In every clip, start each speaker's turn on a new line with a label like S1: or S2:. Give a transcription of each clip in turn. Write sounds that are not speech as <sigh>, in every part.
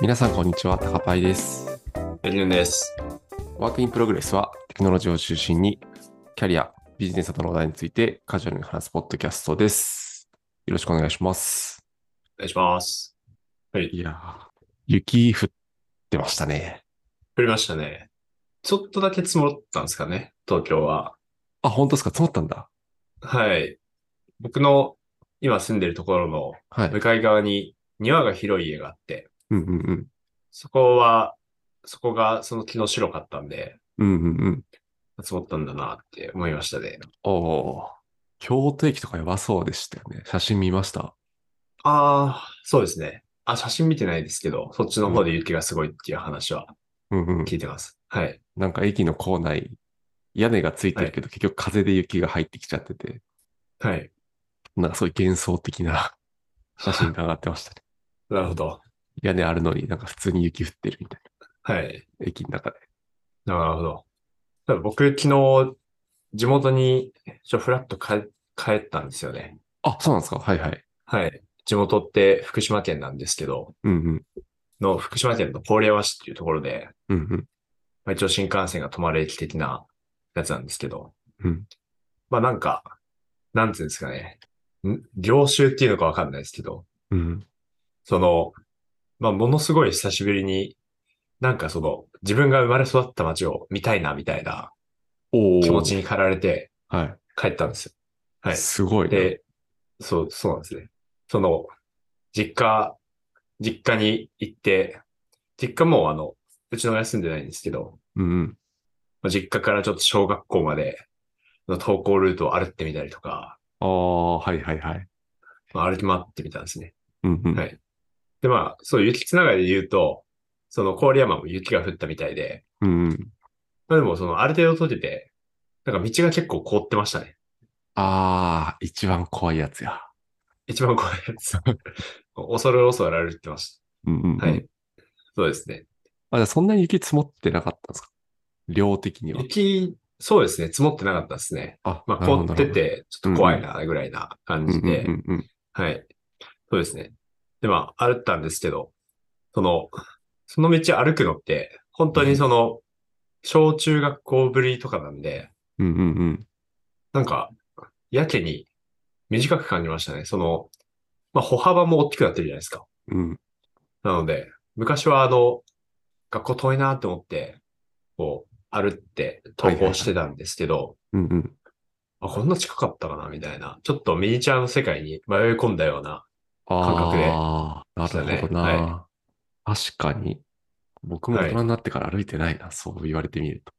S1: 皆さんこんにちは、タカパイです。
S2: エリュンです。
S1: ワークインプログレスはテクノロジーを中心にキャリア、ビジネスなどの話題についてカジュアルに話すポッドキャストです。よろしくお願いします。
S2: お願いします。
S1: いやー、雪降ってましたね。
S2: 降りましたね。ちょっとだけ積もったんですかね、東京は。
S1: あ、本当ですか積もったんだ。
S2: はい。僕の今住んでるところの
S1: はい。
S2: 向かい側に庭が広い家があって、
S1: うんうんうん。
S2: そこは、そこがその木の白かったんで、
S1: うんうんうん。
S2: 積もったんだなって思いましたね。
S1: おおー。京都駅とかやばそうでしたよね。写真見ました。
S2: ああ、そうですね。あ、写真見てないですけど、そっちの方で雪がすごいっていう話は
S1: うんうん。
S2: 聞いてます。はい。
S1: なんか駅の構内、屋根がついてるけど、結局風で雪が入ってきちゃってて、
S2: はい。
S1: なんかそういう幻想的な写真が上がってましたね。
S2: なるほど。
S1: 屋根あるのになんか普通に雪降ってるみたい
S2: はい。
S1: な。駅の中で。
S2: なるほど。ただ僕、昨日、地元に、ちょ、フラッと帰、帰ったんですよね。
S1: あ、そうなんですかはいはい。
S2: はい。地元って福島県なんですけど、
S1: うんうん。
S2: の、福島県の郡山市っていうところで、
S1: うんうん。
S2: まあ、一応新幹線が止まる駅的なやつなんですけど、
S1: うん
S2: まあなんか、なんていうんですかね。ん領収っていうのかわかんないですけど、
S1: うん。
S2: その、まあものすごい久しぶりに、なんかその、自分が生まれ育った街を見たいな、みたいな
S1: おお。
S2: 気持ちに駆られて
S1: は。
S2: 帰ったんですよ。はいい。
S1: すごいね。
S2: で、そう、そうなんですね。その、実家、実家に行って、実家もうあの、うちの親住んでないんですけど、
S1: うんうん。
S2: まあ実家からちょっと小学校までの登校ルートを歩ってみたりとか、
S1: ああ、はいはいはい。
S2: まあ、歩き回ってみたんですね。
S1: うんうん。
S2: はいで、まあ、そう、雪つながりで言うと、その郡山も雪が降ったみたいで、
S1: うんうん。
S2: まあでもその、ある程度閉じて、なんか道が結構凍ってましたね。
S1: ああ、一番怖いやつや。
S2: 一番怖いや
S1: <laughs>
S2: つ。恐る恐る歩いてまし
S1: うんうんうん。
S2: た。はい。そうですね。
S1: あ、じゃあそんなに雪積もってなかったんですか量的には。
S2: 雪、そうですね、積もってなかったですね。
S1: あ、
S2: まあ、
S1: なるほ
S2: 凍
S1: ど
S2: って、て、ちょっと怖いな、ぐらいな感
S1: なる
S2: じ
S1: ほどう、
S2: で
S1: んうんうん
S2: はい。そうですね。で、まあ、歩ったんですけど、その、その道歩くのって、本当にその、小中学校ぶりとかなんで、
S1: うん。うんうんうん。
S2: なんか、やけに短く感じましたね。その、まあ、歩幅も大きくなってるじゃないですか。
S1: うん。
S2: なので、昔はあの、学校遠いなって思って、こう、歩って登校してたんですけど、
S1: うんうん。
S2: あ、こんな近かったかなみたいな。ちょっとミニチュアの世界に迷い込んだような。感覚で
S1: ああ、なるほど
S2: したね
S1: な。確かに。僕も大人になってから歩いてないな、そう言われてみると。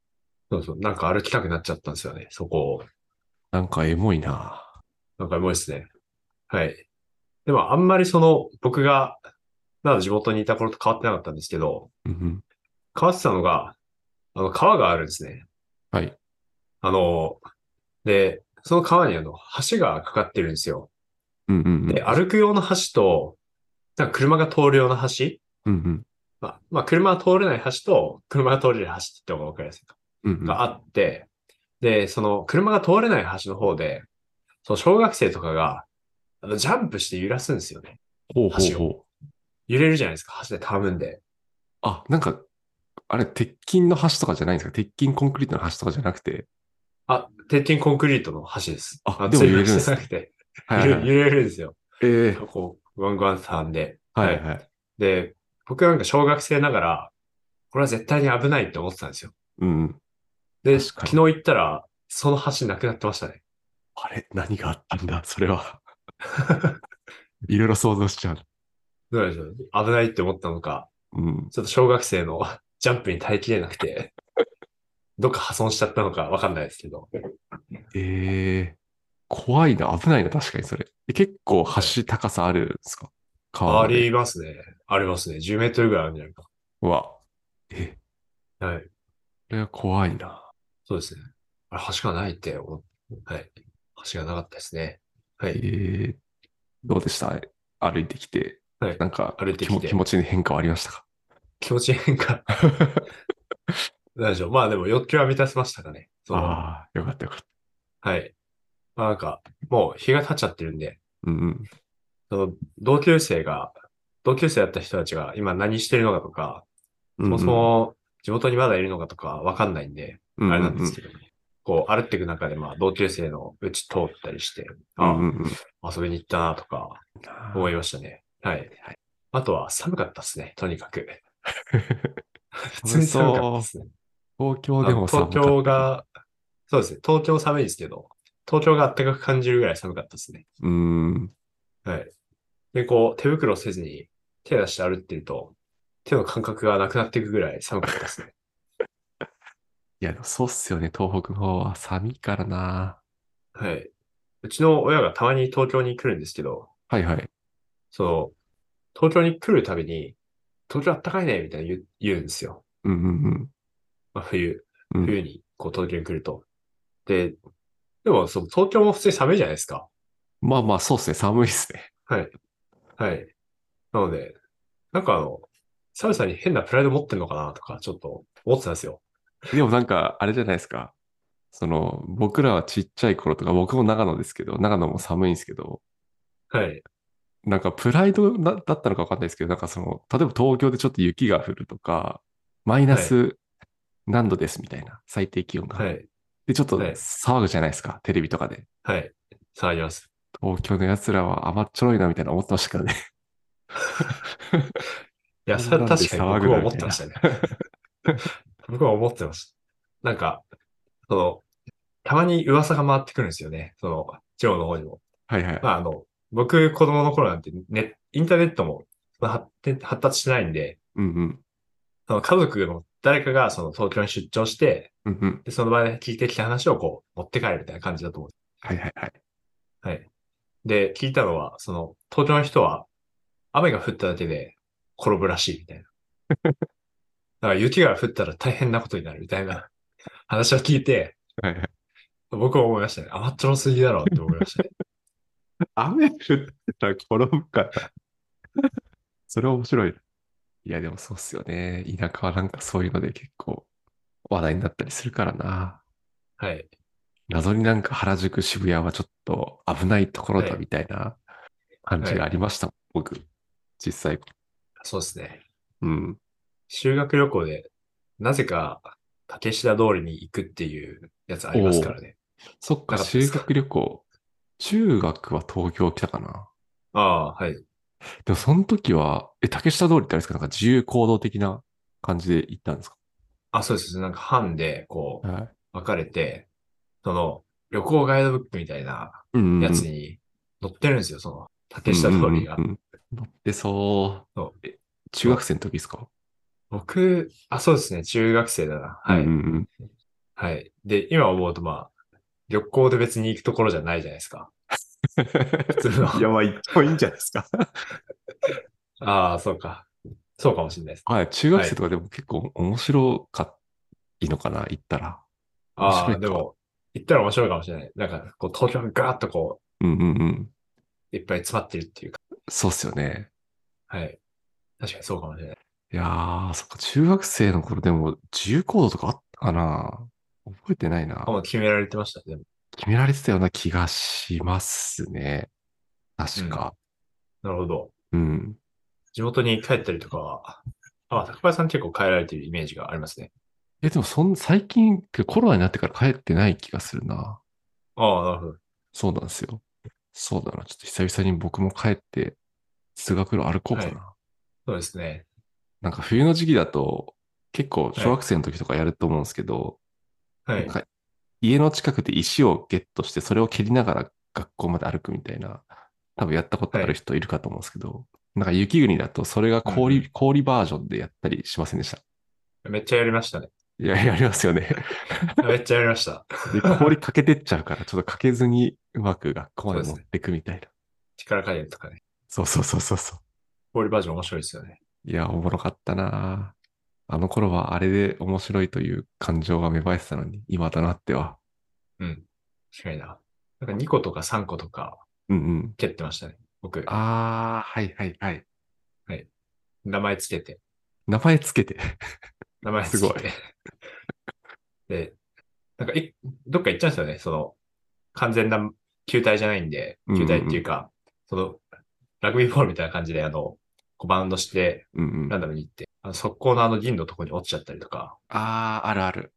S2: そうそう。なんか歩きたくなっちゃったんですよね。そこを。
S1: なんかエモいな。
S2: なんかもうですね。はい。でもあんまりその、僕が、まだ地元にいた頃と変わってなかったんですけど、
S1: うんうん。
S2: 変わってたのが、あの、川があるんですね。
S1: はい。
S2: あの、で、その川にあの、橋がかかってるんですよ。
S1: うんうん
S2: で、歩く用の橋と、なんか車が通る用の橋
S1: うん。うん
S2: まあ、まあ、車は通れない橋と、車が通れる橋って言った方が分かりやすいか。
S1: うん。うんうん。
S2: があって、で、その車が通れない橋の方で、その小学生とかが、あのジャンプして揺らすんですよね。
S1: ほうほう
S2: 橋
S1: ほう。
S2: 揺れるじゃないですか、橋でたわむんで。
S1: あ、なんか、あれ、鉄筋の橋とかじゃないんですか鉄筋コンクリートの橋とかじゃなくて。
S2: あ、鉄筋コンクリートの橋です。
S1: あでも揺れるんですね
S2: つり橋じゃな
S1: は
S2: くて、揺
S1: い
S2: れ
S1: はいはい。
S2: 揺れるんですよ。
S1: ええ。
S2: こう、ワンワンさんで。
S1: はいはい。
S2: で、僕なんか小学生ながら、これは絶対に危ないって思ってたんですよ。
S1: うんうん。
S2: で、
S1: 確か
S2: 昨
S1: に
S2: 日行ったら、その橋なくなってましたね。
S1: あれ、何があったんだそれは。 <laughs> いろいろ想像しちゃう。
S2: どうなんでしょう危ないって思ったのか、
S1: うん。
S2: ちょっと小学生の <laughs> ジャンプに耐えきれなくて、どっか破損しちゃったのかわかんないですけど。
S1: ええ怖いな、危ないな、確かにそれ。え結構橋高さあるんですか川
S2: あ
S1: まで
S2: りますね。ありますね。10メートルぐらいあるんじゃないう
S1: わ。え、
S2: か。はい。
S1: これは怖いな。
S2: そうですね。あれ、橋がないって思って、はい。橋がなかったですね。は
S1: え
S2: い。
S1: ーどうでした歩いてきて。
S2: はい
S1: なんか
S2: 歩いて
S1: 気
S2: き
S1: も、
S2: て
S1: 気持ちに変化はありま
S2: <laughs>
S1: したか
S2: 気持ち変化。 <laughs> なんでしょう。まあでも欲求は満たせましたかね。その
S1: ああ、よかったよかった。
S2: はい。まあなんか、もう日が経っちゃってるんで、
S1: うんうん。
S2: その同級生が同級生だった人たちが今何してるのかとか、
S1: そ
S2: そもそも地元にまだいるのかとかわかんないんで、
S1: うんうん、
S2: あれなんですけど、こう歩っていく中でまあ同級生のうち通ったりして、
S1: うんうん
S2: あ
S1: うん
S2: 遊びに行ったなとか思いましたね。はい。あとは寒かったですね、とに
S1: <laughs>
S2: かく。普通に寒かったですね。
S1: 東京でも
S2: あ
S1: 寒
S2: 東
S1: かった
S2: 京、が、そうですね、東京寒いですけど、東京が暖かく感じるぐらい寒かったですね。
S1: うん、
S2: はい。で、こう、手袋せずに手出して歩ってると、手の感覚がなくなっていくぐらい寒かったですね。
S1: いや、でもそうっすよね、東北の方は寒いからな。
S2: はい。うちの親がたまに東京に来るんですけど、
S1: はいはい。
S2: その、東京に来るたびに、東京あったかいね、みたいな言う言うんですよ。
S1: うんうん
S2: まあ、冬、
S1: うん。うん
S2: 冬にこう東京に来ると。で、でもそう東京も普通に寒いじゃないですか。
S1: まあまあ、そうっすね、寒いっすね。 <laughs>
S2: はい。はい。なので、なんかあの、サムさんに変なプライド持ってんのかなとか、ちょっと思ってたんですよ。
S1: でもなんか、あれじゃないですか。その、僕らはちっちゃい頃とか、僕も長野ですけど、長野も寒いんですけど、
S2: はい。
S1: なんかプライドなだったのかわかんないですけど、なんかその、例えば東京でちょっと雪が降るとか、マイナス何度ですみたいな、最低気温が。
S2: はい。
S1: で、ちょっと
S2: はい
S1: 騒ぐじゃないですか、テレビとかで。
S2: はい。さあ、ります。
S1: 東京の奴らは甘っちょろいなみたいな思ってましたか
S2: <laughs>
S1: らね。
S2: いや、それは確かに
S1: なんで騒ぐ
S2: 僕
S1: の
S2: は思ってましたね。 <laughs> 僕は思ってました。なんか、その、たまに噂が回ってくるんですよね。その、地方の方にも。
S1: はいはい。
S2: まあ、あの、僕、子供の頃なんて、ね、インターネットもそんな発展発達してないんで、
S1: うんうん。
S2: その家族の誰かがその東京に出張して、
S1: うんうん。
S2: で、その場で聞いてきた話をこう、持って帰るみたいな感じだと思
S1: はいはいはい。
S2: う。はい。で、聞いたのは、その、東京の人は、雨が降っただけで転ぶらしいみたいな。だから雪が降ったら大変なことになるみたいな話を聞いて、
S1: はいはい、
S2: 僕は思いましたね。甘っちょろすぎだろうって思いましたね。
S1: 雨降ってたら転ぶから。 <laughs> それは面白いな。いや、でもそうっすよね。田舎はなんかそういうので結構話題になったりするからな。
S2: はい。
S1: 謎になんか原宿、渋谷はちょっと危ないところだ
S2: はい
S1: みたいな感じがありましたもん、僕。実際。
S2: そうですね。
S1: うん。
S2: 修学旅行で、なぜか、竹下通りに行くっていうやつありますからね。
S1: そっか、
S2: なかったで
S1: 修
S2: すか
S1: 学旅行。中学は東京来たかな。
S2: ああ、はい。
S1: でもその時は、え、竹下通りってあれですかなんか自由行動的な感じで行ったんですか
S2: あ、そうです。なんか班で、こう、
S1: はい。
S2: 分かれて、その、旅行ガイドブックみたいな
S1: うんうんうん。
S2: やつに載ってるんですよ、その、竹下通りが
S1: うん。うんうん乗ってそう。
S2: そう
S1: え中学生の時ですか
S2: 僕、あ、そうですね、中学生だな。はい。
S1: うんうん
S2: はい。で、今思うと、まあ、旅行で別に行くところじゃないじゃないですか。普通
S1: うん。<laughs>
S2: の。
S1: やばい、行ってもいいんじゃないですか
S2: ああ、そうか。そうかもしれないです。
S1: はい、中学生とかでも結構面白かいのかな、行ったら。
S2: あ
S1: <laughs> 面白い
S2: あ、
S1: か
S2: でも、行ったら面白いかもしれない。なんか、こう、東京がガーッとこ
S1: うんうんうん。
S2: う、いっぱい詰まってるっていうか。
S1: そうっすよね。
S2: はい。確かにそうかもしれない。
S1: いやー、そっか、中学生の頃でも自由行動とかあったかな覚えてないな
S2: あ。もう決められてました、でも。
S1: 決められてたような気がしますね。確か。
S2: なるほど。
S1: うん
S2: 地元に帰ったりとかは、あ、高林さん結構帰られてるイメージがありますね。
S1: え、でもそん、最近、コロナになってから帰ってない気がするな。
S2: ああ、なるほど。
S1: そうなんですよ。そうだな。ちょっと久々に僕も帰って、通学路歩こうかな。
S2: そうですね。
S1: なんか冬の時期だと、結構小学生の時とかやると思うんですけど、
S2: は
S1: な
S2: い
S1: ん。か家の近くで石をゲットして、それを蹴りながら学校まで歩くみたいな、多分やったことある人いるかと思うんですけど、なんか雪国だとそれが氷、
S2: うんう
S1: 氷バージョンでやったりしませんでした。
S2: めっちゃやりましたね。
S1: いや、や <laughs> りますよね。
S2: めっちゃやりました。
S1: で、氷かけてっちゃうから、ちょっとかけずにうまく学校まで持ってくみたいな。
S2: 力加減とかね。
S1: そうそうそうそうそ
S2: 氷バージョン面白いですよね。
S1: う。いや、おもろかったなぁあの頃はあれで面白いという感情が芽生えてたのに、今となっては。
S2: 確かにな。なんか2個とか3個とか
S1: うんうん。
S2: 蹴ってましたね。僕、
S1: あー、はいはいはい。
S2: 名前つけて。
S1: 名前つけて。
S2: 名前つけ
S1: すごい
S2: て。で、なんかい、どっか行っちゃうんですよね。その、完全な球体じゃないんで、球体っていうか、その、ラグビーボールみたいな感じで、あの、こうバウンドして、
S1: うんうん。
S2: ランダムに行って、あの速攻のあの銀のとこに落ちちゃったりとか、
S1: ああ、あるある。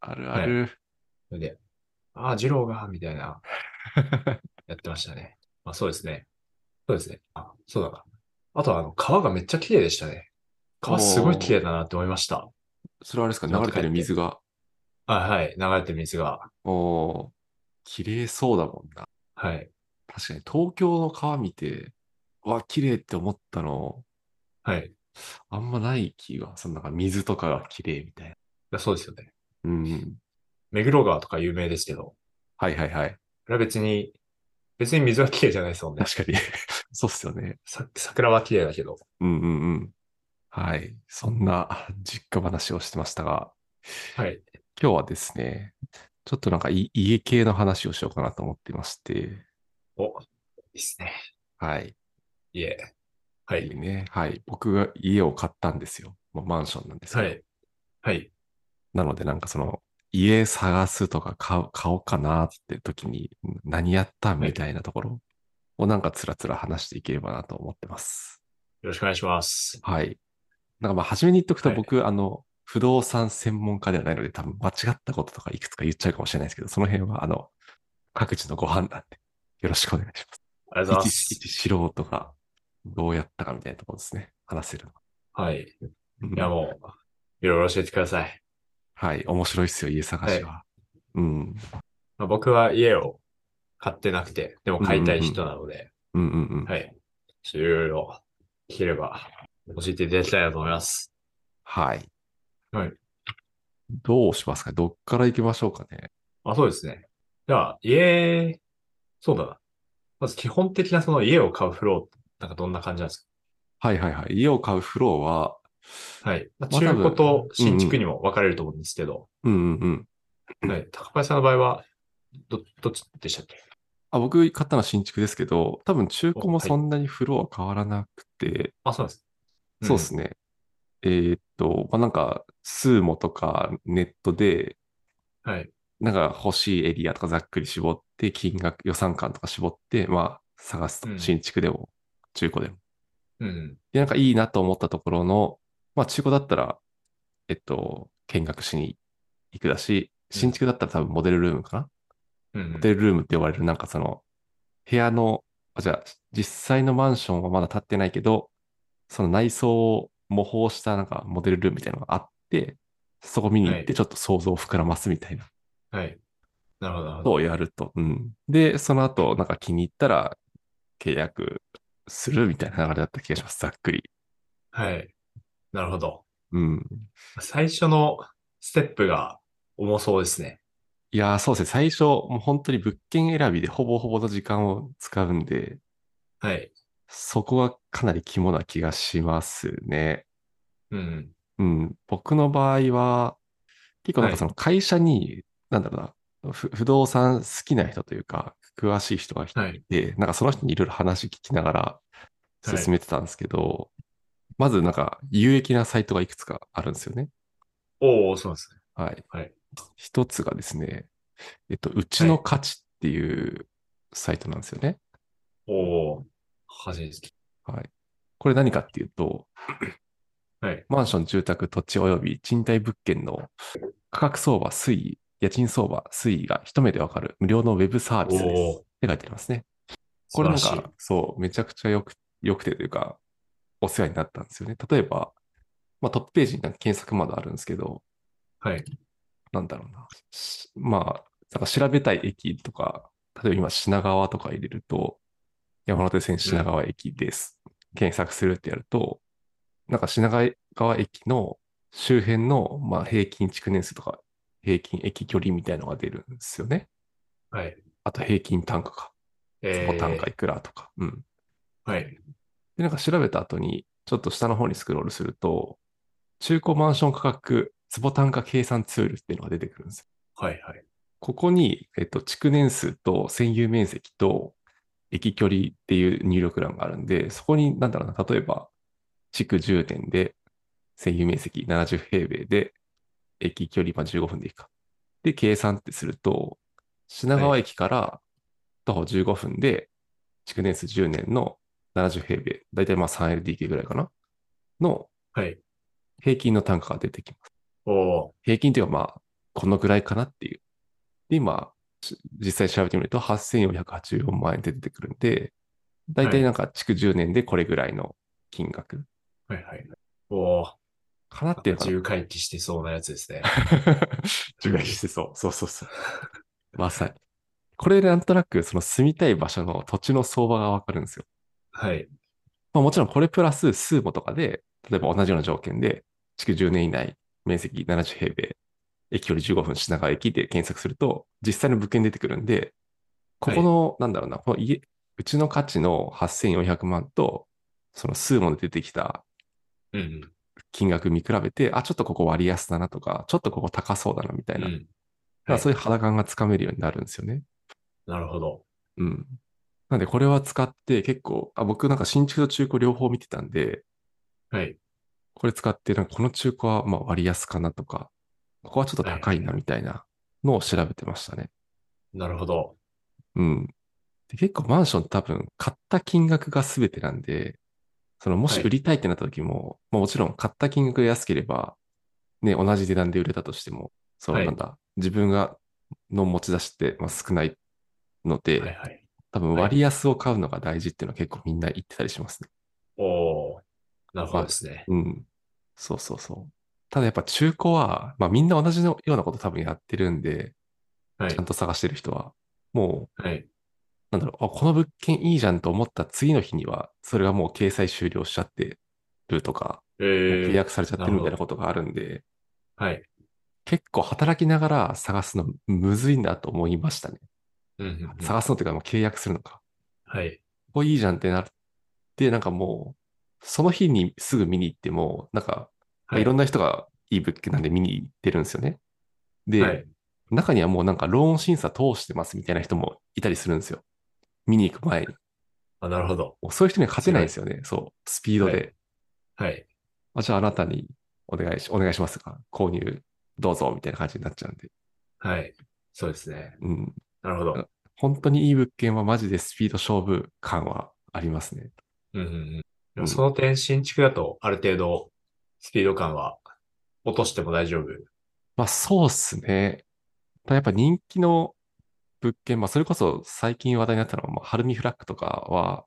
S1: あるある。
S2: それで、ああ、二郎が、みたいな、やってましたね。まあそうですね。そうですね。あ、そうだな。あとはあの、川がめっちゃ綺麗でしたね。川すごい綺麗だなって思いました。
S1: <laughs> それはあれですか、
S2: ち
S1: 流
S2: ょっと
S1: れてる水が。
S2: あはい、流れてる水が。
S1: おー、綺麗そうだもんな。
S2: はい。
S1: 確かに東京の川見て、わ、綺麗って思ったの、
S2: はい。
S1: あんまない気が、そのなんか水とかが綺麗みたいな。
S2: そうですよね。
S1: うん。
S2: 目黒川とか有名ですけど、
S1: はいはいはい。
S2: これは別に、別に水は綺麗じゃないですもんね。
S1: 確かに。 <laughs> そうっすよね。
S2: さ桜は綺麗だけど。
S1: うんうんうん。はい。そんな実家話をしてましたが、
S2: はい。
S1: 今日はですね、ちょっとなんかい家系の話をしようかなと思ってまして、
S2: お、いいっすね。
S1: はい。
S2: いえ。はい。
S1: ね。はい。僕が家を買ったんですよ。まあ、マンションなんですけ
S2: は
S1: ど。
S2: い。はい。
S1: なのでなんかその、家探すとか買う買おうかなって時に何やったみたいなところをなんかつらつら話していければなと思ってます。
S2: よろしくお願いします。
S1: はい。なんかまあ初めに言っとくと
S2: はい
S1: 僕、あの、不動産専門家ではないので多分間違ったこととかいくつか言っちゃうかもしれないですけど、その辺はあの、各自のご判断でよろしくお願いし
S2: ありがと
S1: ま。
S2: うございますす
S1: 一。一素人がどうやったかみたいなところですね。話せるのは。
S2: はい。い
S1: うん
S2: や、もう、いろいろ教えてください。
S1: はい。面白いっすよ、家探しは。うん。
S2: まあ、僕は家を買ってなくて、でも買いたい人なので、
S1: うんうんうん。
S2: はい。ちょっといろいろ聞ければ教えていただきたいなと思います。
S1: はい。
S2: はい。
S1: どうしますかどっから行きましょうかね。
S2: あ、そうですね。じゃあ、家、そうだな。まず基本的なその家を買うフロー、なんかどんな感じなんです
S1: はいはいはい。家を買うフローは、
S2: かはい。まあ
S1: まあ
S2: 中
S1: 多分
S2: 古と新築にも分かれると思うんですけど、
S1: うんうんうん。
S2: はい。高橋さんの場合は、ど、どっちでしたっけ
S1: あ僕買ったのは新築ですけど、多分中古
S2: おは
S1: も
S2: い
S1: そんなにフローは変わらなくて、
S2: あ、そうなんです。
S1: そうですね。えーっと、まあ、なんか、スーモとかネットで、
S2: うん。はい。
S1: なんか欲しいエリアとかざっくり絞って、金額、予算感とか絞って、まあ、探すと
S2: う。ん
S1: 新築でも、中古でも。
S2: うん。
S1: で、なんかいいなと思ったところの、まあ中古だったら、えっと、見学しに行くだし、
S2: うん
S1: 新築だったら多分モデルルームかな、
S2: うん
S1: モ。デルルームって呼ばれるなんかその、部屋の、あ、じゃあ実際のマンションはまだ建ってないけど、その内装を模倣したなんかモデルルームみたいなのがあって、そこ見に行っ
S2: は
S1: てちょっと想像を膨らますみたいな
S2: はい。なるほど、なるほ
S1: こと
S2: ど。
S1: をやると。うん。で、その後なんか気に入ったら契約するみたいな流れだった気がします。ざっくり。
S2: はい。なるほど。
S1: うん。
S2: 最初のステップが重そうですね。
S1: いやー、そうですね。最初、もう本当に物件選びでほぼほぼの時間を使うんで、
S2: はい。
S1: そこはかなり肝な気がしますね。
S2: うん。
S1: うん。僕の場合は、結構なんか
S2: はい
S1: その会社に、なんだろうな、ふ不動産好きな人というか、詳しい人がい
S2: はい。
S1: て、なんかその人にいろいろ話聞きながら
S2: はい
S1: 進めてたんですけど、まずなんか有益なサイトがいくつかあるんですよね。
S2: おー、そうなんですね。
S1: はい。
S2: はい
S1: 一つがですね、えっと、うちの価値っていうサイトなんですよね。
S2: おー、初めて聞い
S1: はい。これ何かっていうと、
S2: はい
S1: マンション、住宅、土地及び賃貸物件の価格相場、推移、家賃相場、推移が一目でわかる無料のウェブサー
S2: た
S1: ビスです。
S2: おー
S1: っ、て書いてありますね。こ
S2: 素晴
S1: れな
S2: ら
S1: ん
S2: しい。
S1: か、そう、めちゃくちゃよく、よくてというか、お世話になったんですよね。例えば、まあ、トップページになんか検索窓あるんですけど、
S2: はい。
S1: なんだろうな。しまあ、なんか調べたい駅とか、例えば今品川とか入れると、山手線品川駅です。検索するってやると、なんか品川駅の周辺の、まあ、平均築年数とか、平均駅距離みたいのが出るんですよね。
S2: はい。
S1: あと平均単価か。
S2: え
S1: 坪単価いくらとか。うん。
S2: はい。
S1: で、なんか調べた後に、ちょっと下の方にスクロールすると、中古マンション価格、坪単価計算ツールっていうのが出てくるんですよ
S2: はい。はい。
S1: ここに、えっと、築年数と占有面積と駅距離っていう入力欄があるんで、そこに、なんだろうな、例えば、築10年で、占有面積70平米で、駅距離まあ15分でいいか。で、計算ってすると、品川駅から徒歩15分で、築年数10年の70平米、だいたいまあ 3LDK ぐらいかなの
S2: はい。
S1: 平均の単価が出てきます。
S2: おー
S1: 平均というかまあ、このぐらいかなっていう。で、今、し実際調べてみると8484万円って出てくるんで、だいたいなんか築10年でこれぐらいの金額
S2: はいはい。おー
S1: かなっていうのが
S2: 重回帰してそうなやつですね。
S1: 受害してそう。そうそうそう。 <laughs> まさに。これでなんとなく、その住みたい場所の土地の相場がわかるんですよ。 <laughs>
S2: はい。
S1: まあ、もちろんこれプラス数もとかで、例えば同じような条件で、築10年以内、面積70平米、駅より15分品川駅で検索すると、実際の物件出てくるんで、ここの、なんだろうな、この家、うちの価値の8400万と、その数もで出てきた
S2: うんうん。
S1: 金額見比べて、あ、ちょっとここ割安だなとか、ちょっとここ高そうだなみたいな
S2: う、ん
S1: だから
S2: はい
S1: そういう肌感がつかめるようになるんですよね。
S2: なるほど。
S1: うん。なんでこれは使って結構、あ、僕なんか新築と中古両方見てたんで、
S2: はい。
S1: これ使ってなんかこの中古はまあ割安かなとか、ここはちょっと高いなみたいなのを調べてましたね。
S2: なるほど。
S1: うん。で結構マンション多分買った金額が全てなんで、そのもし
S2: はい
S1: 売りたいってなった時も、まあもちろん買った金額が安ければ、ね、同じ値段で売れたとしても、その
S2: はい
S1: なんだ、自分がの持ち出しってまあ少ないので、
S2: はいはい。
S1: 多分
S2: はい
S1: 割安を買うのが大事っていうのは結構みんな言ってたりしますね。
S2: おーなるほどですね。
S1: うん。そうそうそう。ただやっぱ中古は、まあみんな同じのようなこと多分やってるんで、
S2: は
S1: ち
S2: い
S1: ゃん。と探してる人は、も
S2: はい。
S1: う、なんだろう、あ、この物件いいじゃんと思った次の日には、それがもう掲載終了しちゃってるとか、
S2: え
S1: 契
S2: ー、
S1: 約されちゃってるみたいなことがあるんで、
S2: はい。
S1: 結構働きながら探すのむずいんだと思いましたね。
S2: うんうんうん
S1: 探すのっていうか、もう契約するのか。
S2: はい。
S1: ここいいじゃんってなって、なんかもう、その日にすぐ見に行っても、なんか、まあ
S2: はい
S1: ろんな人がいい物件なんで見に行ってるんですよね。で、
S2: はい。
S1: 中にはもうなんかローン審査通してますみたいな人もいたりするんですよ。見に行く前に。
S2: あ、なるほど。
S1: もうそういう人には勝てないんですよね。そう、スピードで。
S2: はい。
S1: あじゃああなたにお願いし、お願いしますか。購入どうぞみたいな感じになっちゃうんで。
S2: はい。そうですね。
S1: うん。
S2: なるほど。
S1: 本当にいい物件はマジでスピード勝負感はありますね。
S2: うんうんうんで
S1: うん
S2: もその点、新築だと、ある程度、スピード感は落としても大丈夫。
S1: まあそうっすね。ただやっぱ人気の物件、まあそれこそ最近話題になったのは、まあ、晴海フラッグとかは、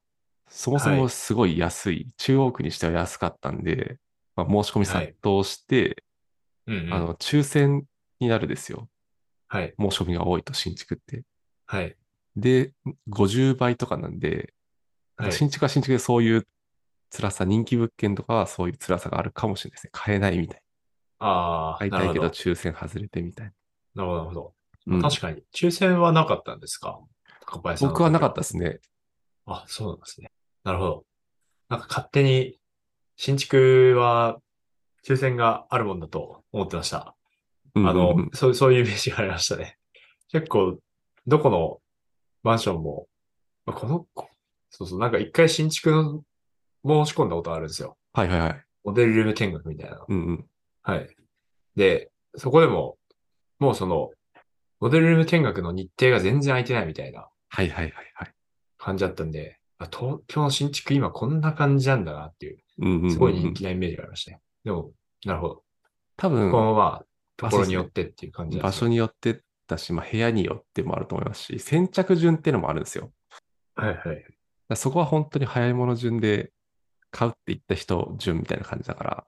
S1: そもそもすごい安い、中央区にしては安かったんで、まあ、申し込み殺到して、
S2: うん、うん。
S1: あの、抽選になるですよ。
S2: はい。
S1: 申し込みが多いと新築って。
S2: はい。
S1: で、50倍とかなんで、
S2: はい。
S1: 新築は新築でそういう辛さ、人気物件とかはそういう辛さがあるかもしれないですね。買えないみたい。
S2: ああ、
S1: 買い
S2: な
S1: た
S2: る
S1: い
S2: ほ
S1: け
S2: ど。
S1: ど
S2: なる
S1: 抽選外れてみたいな。
S2: ほど、なるほど。
S1: うん
S2: 確かに、抽選はなかったんですか高林さんの
S1: 僕はなかったですね。
S2: あ、そうなんですね。なるほど。なんか勝手に、新築は、抽選があるもんだと思ってました。
S1: あ
S2: あの、そう、そういうイメージがありましたね。結構、どこのマンションも、まあこの、こそうそう、なんか一回新築の申し込んだことあるんですよ。
S1: はいはいはい。
S2: モデルルーム見学みたいな。
S1: うんうん。
S2: はい。で、そこでも、もうその、モデルルーム見学の日程が全然空いてないみたいな
S1: はいはいはいはい。
S2: 感じだったんで、あ東京の新築今こんな感じなんだなっていう、
S1: うんうんうんうん
S2: すごい人気なイメージがありましたね。でも、なるほど。
S1: 多
S2: ここ
S1: 分、
S2: はまあ、と
S1: あそ
S2: こ
S1: うで
S2: ろ
S1: すね
S2: によってっていう感じなん
S1: 場
S2: です
S1: 所
S2: ね。
S1: によってだし、まあ、部屋によってもあると思いますし、先着順っていうのもあるんですよ。だか
S2: はいはい。
S1: らそこは本当に早いもの順で、買うって言った人順みたいな感じだから、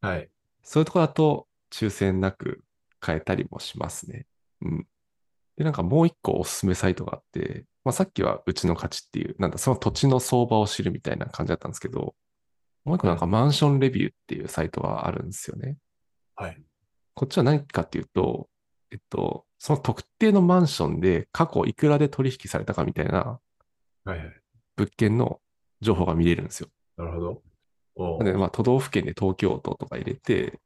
S2: はい。
S1: そういうところだと抽選なく買えたりもしますね。うん。で、なんかもう一個おすすめサイトがあって、まあ、さっきはうちの価値っていう、なんだ、その土地の相場を知るみたいな感じだったんですけど、もう一個なんかマンションレビューっていうサイトがあるんですよね。
S2: はい。
S1: こっちは何かっていうと、えっと、その特定のマンションで過去いくらで取引されたかみたいな
S2: はいはい。
S1: 物件の情報が見れるんですよ。
S2: なるほど。お
S1: な
S2: ー
S1: ので、まあ、都道府県で東京都とか入れて、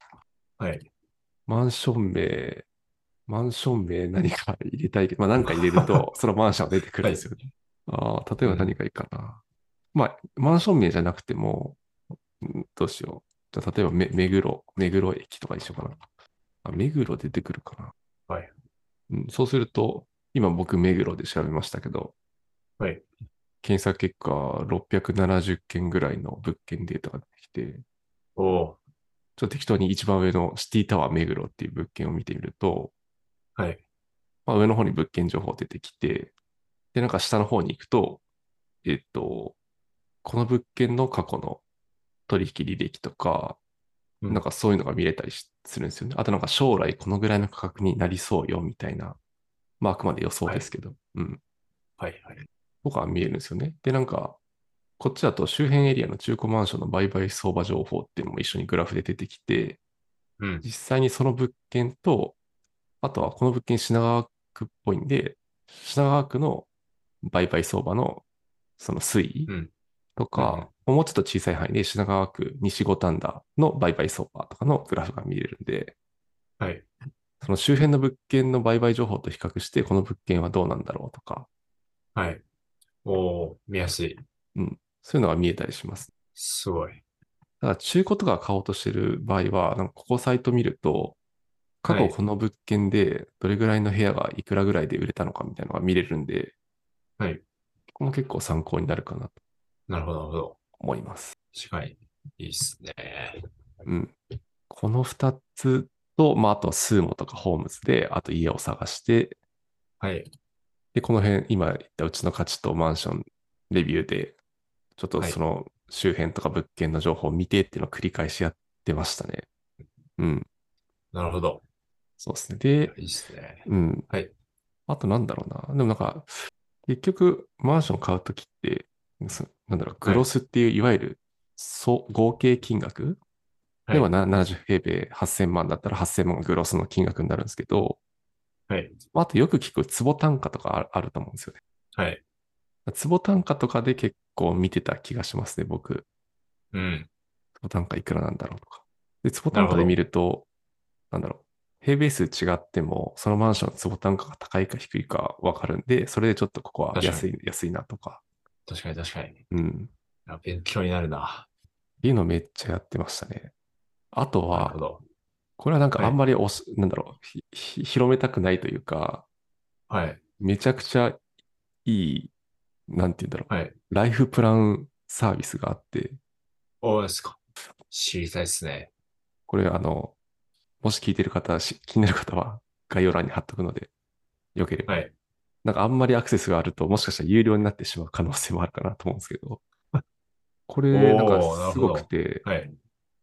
S2: はい。
S1: マンション名、マンション名何か入れたいけど、まあ、何か入れる
S2: <laughs>
S1: と、そのマンションが出てくるんですよね。ああ、例えば何がいいかな。まあ、マンション名じゃなくても、うんどうしよう。じゃあ、例えばめ、目黒、目黒駅とかにしようかな。あ、目黒出てくるかな。
S2: はい。
S1: うん、そうすると、今僕、目黒で調べましたけど、
S2: はい。
S1: 検索結果、670件ぐらいの物件データが出てきて、
S2: お
S1: ちょっと適当に一番上のシティタワー目黒っていう物件を見てみると、
S2: はい。
S1: まあ、上の方に物件情報出てきて、で、なんか下の方に行くと、えっと、この物件の過去の取引履歴とか、
S2: うん
S1: なんかそういうのが見れたりしするんですよね。あとなんか将来このぐらいの価格になりそうよみたいな、まああくまで予想ですけど、うん。
S2: はい、はい。
S1: とか見えるんですよね。で、なんか、こっちだと周辺エリアの中古マンションの売買相場情報っていうのも一緒にグラフで出てきて、
S2: うん。
S1: 実際にその物件と、あとはこの物件品川区っぽいんで、品川区の売買相場のその推移
S2: うん
S1: と
S2: うん
S1: か、もうちょっと小さい範囲で品川区西五反田の売買相場とかのグラフが見れるんで、
S2: はい。
S1: その周辺の物件の売買情報と比較して、この物件はどうなんだろうとか、
S2: はい。おー、見やすい。
S1: そういうのが見えたりします。
S2: すごい。
S1: だから中古とか買おうとしてる場合は、なんかここサイト見ると、過
S2: は
S1: 去
S2: い
S1: この物件でどれぐらいの部屋がいくらぐらいで売れたのかみたいなのが見れるんで、
S2: はい
S1: ここも結構参考になるかなと
S2: なるほど、なるほど。
S1: 思います。
S2: 確かに。いいっすね。
S1: うん。この2つと、まあ、あとスーモとかホームズで、あと家を探して、
S2: はい。
S1: で、この辺、今言ったうちの価値とマンションレビューで、ちょっと
S2: はい
S1: その周辺とか物件の情報を見てっていうのを繰り返しやってましたね。うん。
S2: なるほど。
S1: そうですね。で、
S2: いいっすね。
S1: うん。
S2: はい。
S1: あとなんだろうな。でもなんか、結局、マンション買うときって、そなんだろう、グロスっていう、いわゆる、そう、合計金額
S2: はい
S1: 例えばな70平米8000万だったら8000万がグロスの金額になるんですけど、
S2: はい。
S1: まああとよく聞く坪単価とかあるあると思うんですよね。
S2: はい。
S1: 坪単価とかで結構見てた気がしますね、僕。
S2: うん。
S1: 坪単価いくらなんだろうとか。で、坪単価で見ると、なんだろう。平米数違っても、そのマンションの坪単価が高いか低いかわかるんで、それでちょっとここは
S2: 確か
S1: 安い、安いなとか。
S2: 確かに、確かに。
S1: うん。
S2: あ勉強になるな。
S1: っていうのめっちゃやってましたね。あと
S2: なるほ
S1: は、
S2: ど。
S1: これはなんか
S2: は
S1: あ
S2: い
S1: んまりおし、なんだろうひひ広めたくないというか、
S2: はい。
S1: めちゃくちゃいい、なんて言うんだろう。
S2: はい。
S1: ライフプランサービスがあって、
S2: おーですか。知りたいっすね。
S1: これあの、もし聞いてる方、し気になる方は概要欄に貼っとくので、よければ。
S2: はい。
S1: なんかあんまりアクセスがあると、もしかしたら有料になってしまう可能性もあるかなと思うんですけど、 <laughs> これ、
S2: おー
S1: なんかすごくて、
S2: はい。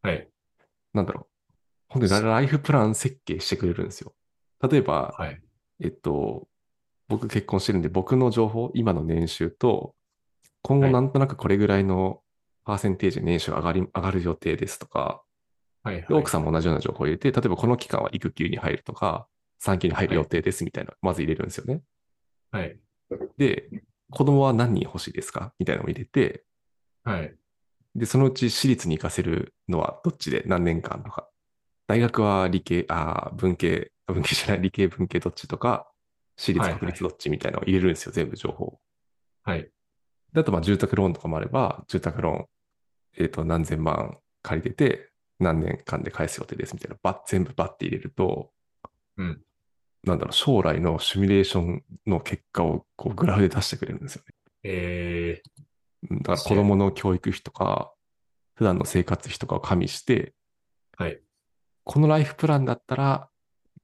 S2: はい。
S1: なんだろう。本当にライフプラン設計してくれるんですよ。例えば、
S2: はい。
S1: えっと、僕結婚してるんで、僕の情報、今の年収と、今後
S2: はい
S1: なんとなくこれぐらいのパーセンテージで年収上がり、上がる予定ですとか、
S2: はい。はい
S1: で奥さんも同じような情報を入れて、例えばこの期間は育休に入るとか、産休に入る予定ですみたいな、まず入れるんですよね。
S2: はい。
S1: で、子供は何人欲しいですかみたいなのを入れて、
S2: はい。
S1: で、そのうち私立に行かせるのはどっちで何年間とか、大学は理系、あー文系、あ文系じゃない、理系文系どっちとか、私
S2: は
S1: 立
S2: いはい
S1: 国立どっちみたいなのを入れるんですよ、全部情報を。
S2: はい。
S1: であと、まあ、住宅ローンとかもあれば、住宅ローン、えっ、と、何千万借りてて、何年間で返す予定ですみたいな、ば全部バッて入れると、
S2: うん
S1: なんだろう、将来のシミュレーションの結果をこうグラフで出してくれるんですよね
S2: え
S1: うんだから
S2: そ
S1: 子
S2: う
S1: 供の教育費とか、普段の生活費とかを加味して、
S2: はい
S1: このライフプランだったら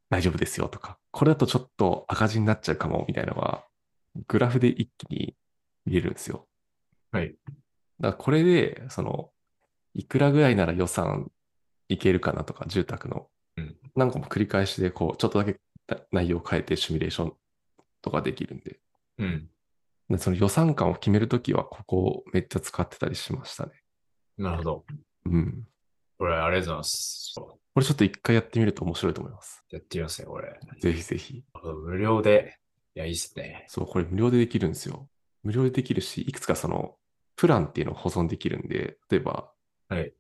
S1: 大丈夫ですよとか、これだとちょっと赤字になっちゃうかもみたいなのは、グラフで一気に見えるんですよ。
S2: はい。
S1: だからこれで、その、いくらぐらいなら予算いけるかなとか、住宅の
S2: うん。
S1: 何個も繰り返しで、こう、ちょっとだけ内容を変えてシミュレーションとかできるんで。
S2: ー、うん。
S1: でその予算感を決めるときは、ここをめっちゃ使ってたりしましたね。
S2: なるほど。
S1: うん。
S2: これ、ありがとうございます。そ
S1: これちょっと一回やってみると面白いと思います。
S2: うやってみますね、これ。
S1: ぜひぜひ。
S2: 無料で。いや、いいっすね。
S1: そう、これ無料でできるんですよ。無料でできるし、いくつかその、プランっていうのを保存できるんで、例えば、
S2: はい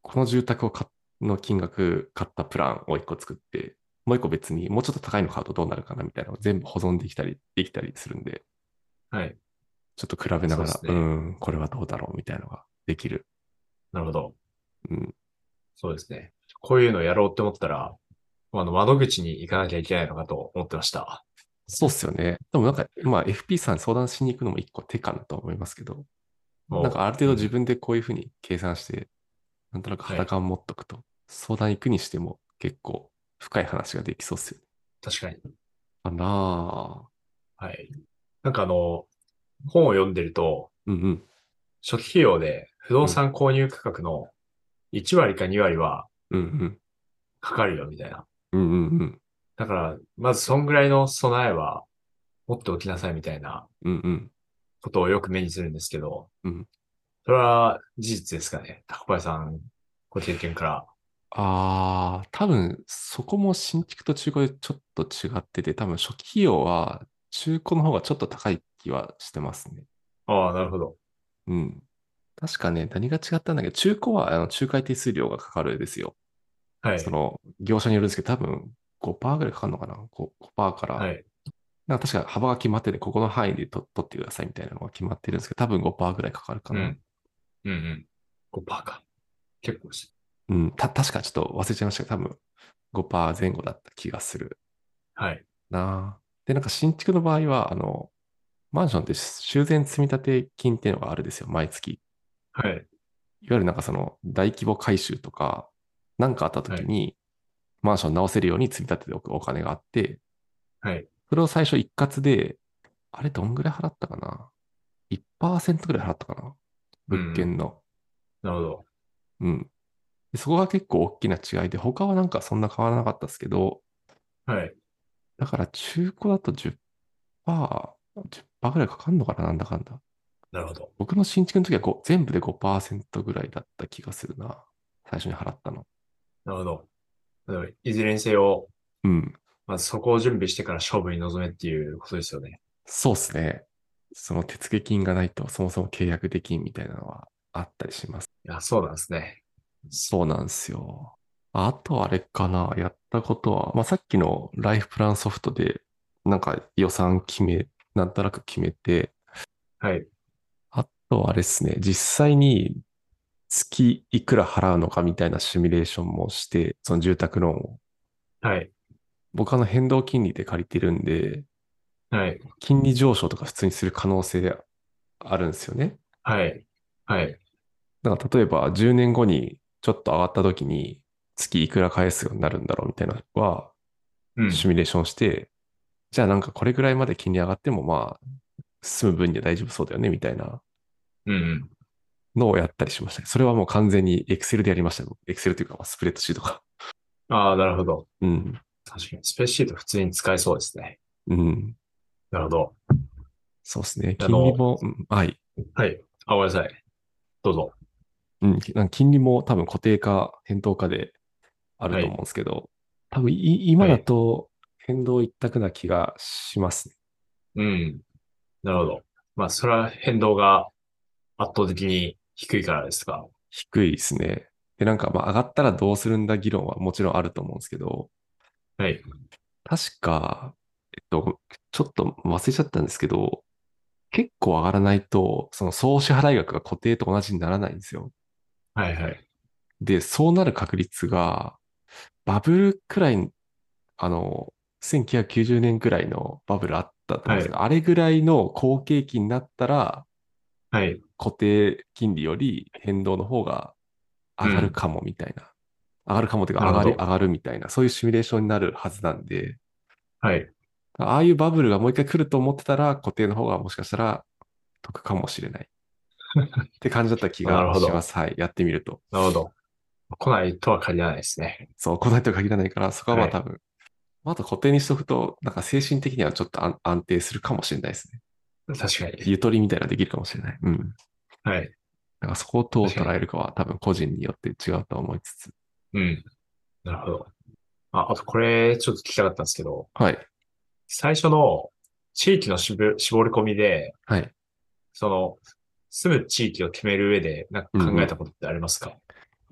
S1: この住宅を買っの金額、買ったプランを一個作って、もう一個別に、もうちょっと高いの買うとどうなるかなみたいなのを全部保存できたり、できたりするんで、
S2: はい。
S1: ちょっと比べなが
S2: そ
S1: ら、
S2: うですね
S1: うん、これはどうだろうみたいなのができる。
S2: なるほど。
S1: うん。
S2: そうですね。こういうのやろうって思ったら、あの、窓口に行かなきゃいけないのかと思ってました。
S1: そうっすよね。でもなんか、まあ FP さん相談しに行くのも一個手かなとは思いますけど、
S2: もう
S1: なんかある程度自分でこういうふうに計算して、なんとなく肌感持っとくと、相談行くにしても結構深い話ができそうっすよね。
S2: 確かに。
S1: あらー。
S2: はい。なんかあの、本を読んでると、
S1: うんうん。
S2: 初期費用で不動産購入価格の1割か2割は
S1: うんうん。
S2: かかるよみたいな。
S1: うんうんうん。
S2: だから、まずそんぐらいの備えは持っておきなさいみたいな
S1: うんうん。
S2: ことをよく目にするんですけど、
S1: うん
S2: それは事実ですかね。高林さん、ご経験から。
S1: ああ、多分そこも新築と中古でちょっと違ってて、多分初期費用は中古の方がちょっと高い気はしてますね。
S2: ああ、なるほど。
S1: うん。確かね、何が違ったんだっけど、中古はあの仲介手数料がかかるんですよ。
S2: はい。
S1: その業者によるんですけど、多分5%ぐらいかかるのかな ?5%、5%から。
S2: はい。
S1: なんか確か幅が決まってて、ここの範囲でと取ってくださいみたいなのが決まってるんですけど、多分5%ぐらいかかるか
S2: う
S1: な。
S2: ん。うんうん。5%か。結構し。
S1: うん、た、確かちょっと忘れちゃいましたけど、多分5%前後だった気がする。
S2: はい。
S1: なあ。で、なんか新築の場合は、あの、マンションって修繕積立金っていうのがあるんですよ、毎月。
S2: はい。
S1: いわゆるなんかその大規模改修とか、なんかあった時に、マンション直せるように積み立てておくお金があって、
S2: はい。
S1: それを最初一括で、あれどんぐらい払ったかな ?1% ぐらい払ったかな物件の。
S2: なるほど。
S1: うん。でそこが結構大きな違いで、他はなんかそんな変わらなかったですけど、
S2: はい。
S1: だから中古だと10%、10%ぐらいかかんのかななんだかんだ。
S2: なるほど。
S1: 僕の新築の時はこう全部で5%ぐらいだった気がするな。最初に払ったの。
S2: なるほど。でもいずれにせよ、
S1: うん。
S2: まずそこを準備してから勝負に臨めっていうことですよね。
S1: そうっすね。その手付金がないとそもそも契約できんみたいなのはあったりします。
S2: いや、そうなんですね。
S1: そうなんですよ。あとあれかな。やったことは、まあ、さっきのライフプランソフトで、なんか予算決め、なんとなく決めて、
S2: はい。
S1: あとあれですね、実際に月いくら払うのかみたいなシミュレーションもして、その住宅ローンを。
S2: はい。
S1: 僕あの変動金利で借りてるんで、
S2: はい。
S1: 金利上昇とか普通にする可能性あるんですよね。
S2: はい。はい。
S1: だから例えば10年後にちょっと上がった時に月いくら返すようになるんだろうみたいなのは
S2: うん。
S1: シミュレーションして、じゃあなんかこれぐらいまで金利上がってもまあ住む分には大丈夫そうだよねみたいな
S2: うんうん。
S1: のをやったりしましたね。それはもう完全に Excel でやりましたよ。Excel というか、まあスプレッドシートか。
S2: ああ、なるほど。
S1: うん。
S2: 確かに。スペースシート普通に使えそうですね。
S1: うん。
S2: なるほど。
S1: そうですね。
S2: あ
S1: 金
S2: の
S1: 利も、うんはい。
S2: はい。あ、ごめんなさい。どうぞ。
S1: うん。なんか金利も多分固定化、変動化であると思うんですけど、多分い今だと変動一択な気がしますね。
S2: うん。なるほど。まあ、それは変動が圧倒的に低いからですか。
S1: 低いですね。で、なんかまあ上がったらどうするんだ議論はもちろんあると思うんですけど、
S2: はい。
S1: 確か、えっと、ちょっと忘れちゃったんですけど、結構上がらないと、その総支払い額が固定と同じにならないんですよ。
S2: はいはい。
S1: で、そうなる確率が、バブルくらい、あの、1990年くらいのバブルあったと思うんですけど、あれぐらいの好景気になったら、
S2: はい。
S1: 固定金利より変動の方が上がるかもみたいな。上がるかもというか、
S2: な
S1: 上が
S2: るほど
S1: る、上がるみたいな、そういうシミュレーションになるはずなんで、
S2: はい。
S1: ああいうバブルがもう一回来ると思ってたら、固定の方がもしかしたら得かもしれ
S2: <laughs>
S1: ない。って感じだった気
S2: なる
S1: が
S2: ほど
S1: します。はい。やってみると。
S2: なるほど。来ないとは限らないですね。
S1: そう、来ないとは限らないから、そこはまあ
S2: はい
S1: 多分、まああと固定にしとくと、なんか精神的にはちょっと安安定するかもしれないですね。
S2: 確かに。
S1: ゆとりみたいなのできるかもしれない。うん。
S2: はい。
S1: なんかそこをどう
S2: 確かに
S1: 捉えるかは多分個人によって違うとは思いつつ。
S2: うん。なるほど。あ、あとこれ、ちょっと聞きたかったんですけど、
S1: はい。
S2: 最初の地域のしぶ絞り込みで、
S1: はい。
S2: その、住む地域を決める上で、なんか考えたことってありますか、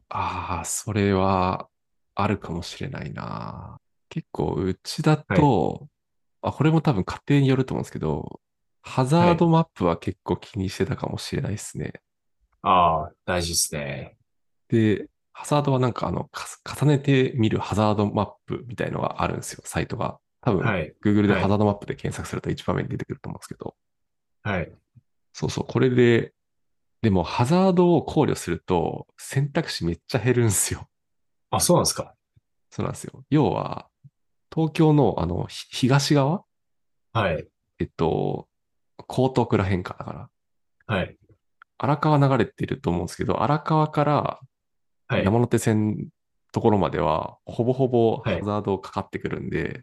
S1: ああ、それはあるかもしれないな。結構うちだと、あ、これも多分家庭によると思うんですけど、ハザードマップは結構気にしてたかもしれないですね。
S2: ああ、大事ですね。
S1: で、ハザードはなんかあの、か重ねて見るハザードマップみたいのがあるんですよ、サイトが。多分、
S2: はい。
S1: Google で
S2: はい
S1: ハザードマップで検索すると一番目に出てくると思うんですけど、
S2: はい。
S1: そうそう、これで、でもハザードを考慮すると選択肢めっちゃ減るんですよ。
S2: あ、そうなんですか。
S1: そうなんですよ。要は、東京のあの、ひ東側
S2: はい。
S1: えっと、江東区らへんかだから、
S2: はい。
S1: 荒川流れてると思うんですけど、荒川から
S2: はい。
S1: 山手線のところまでは、ほぼほぼ
S2: は
S1: ハ
S2: い
S1: ザードかかってくるんで、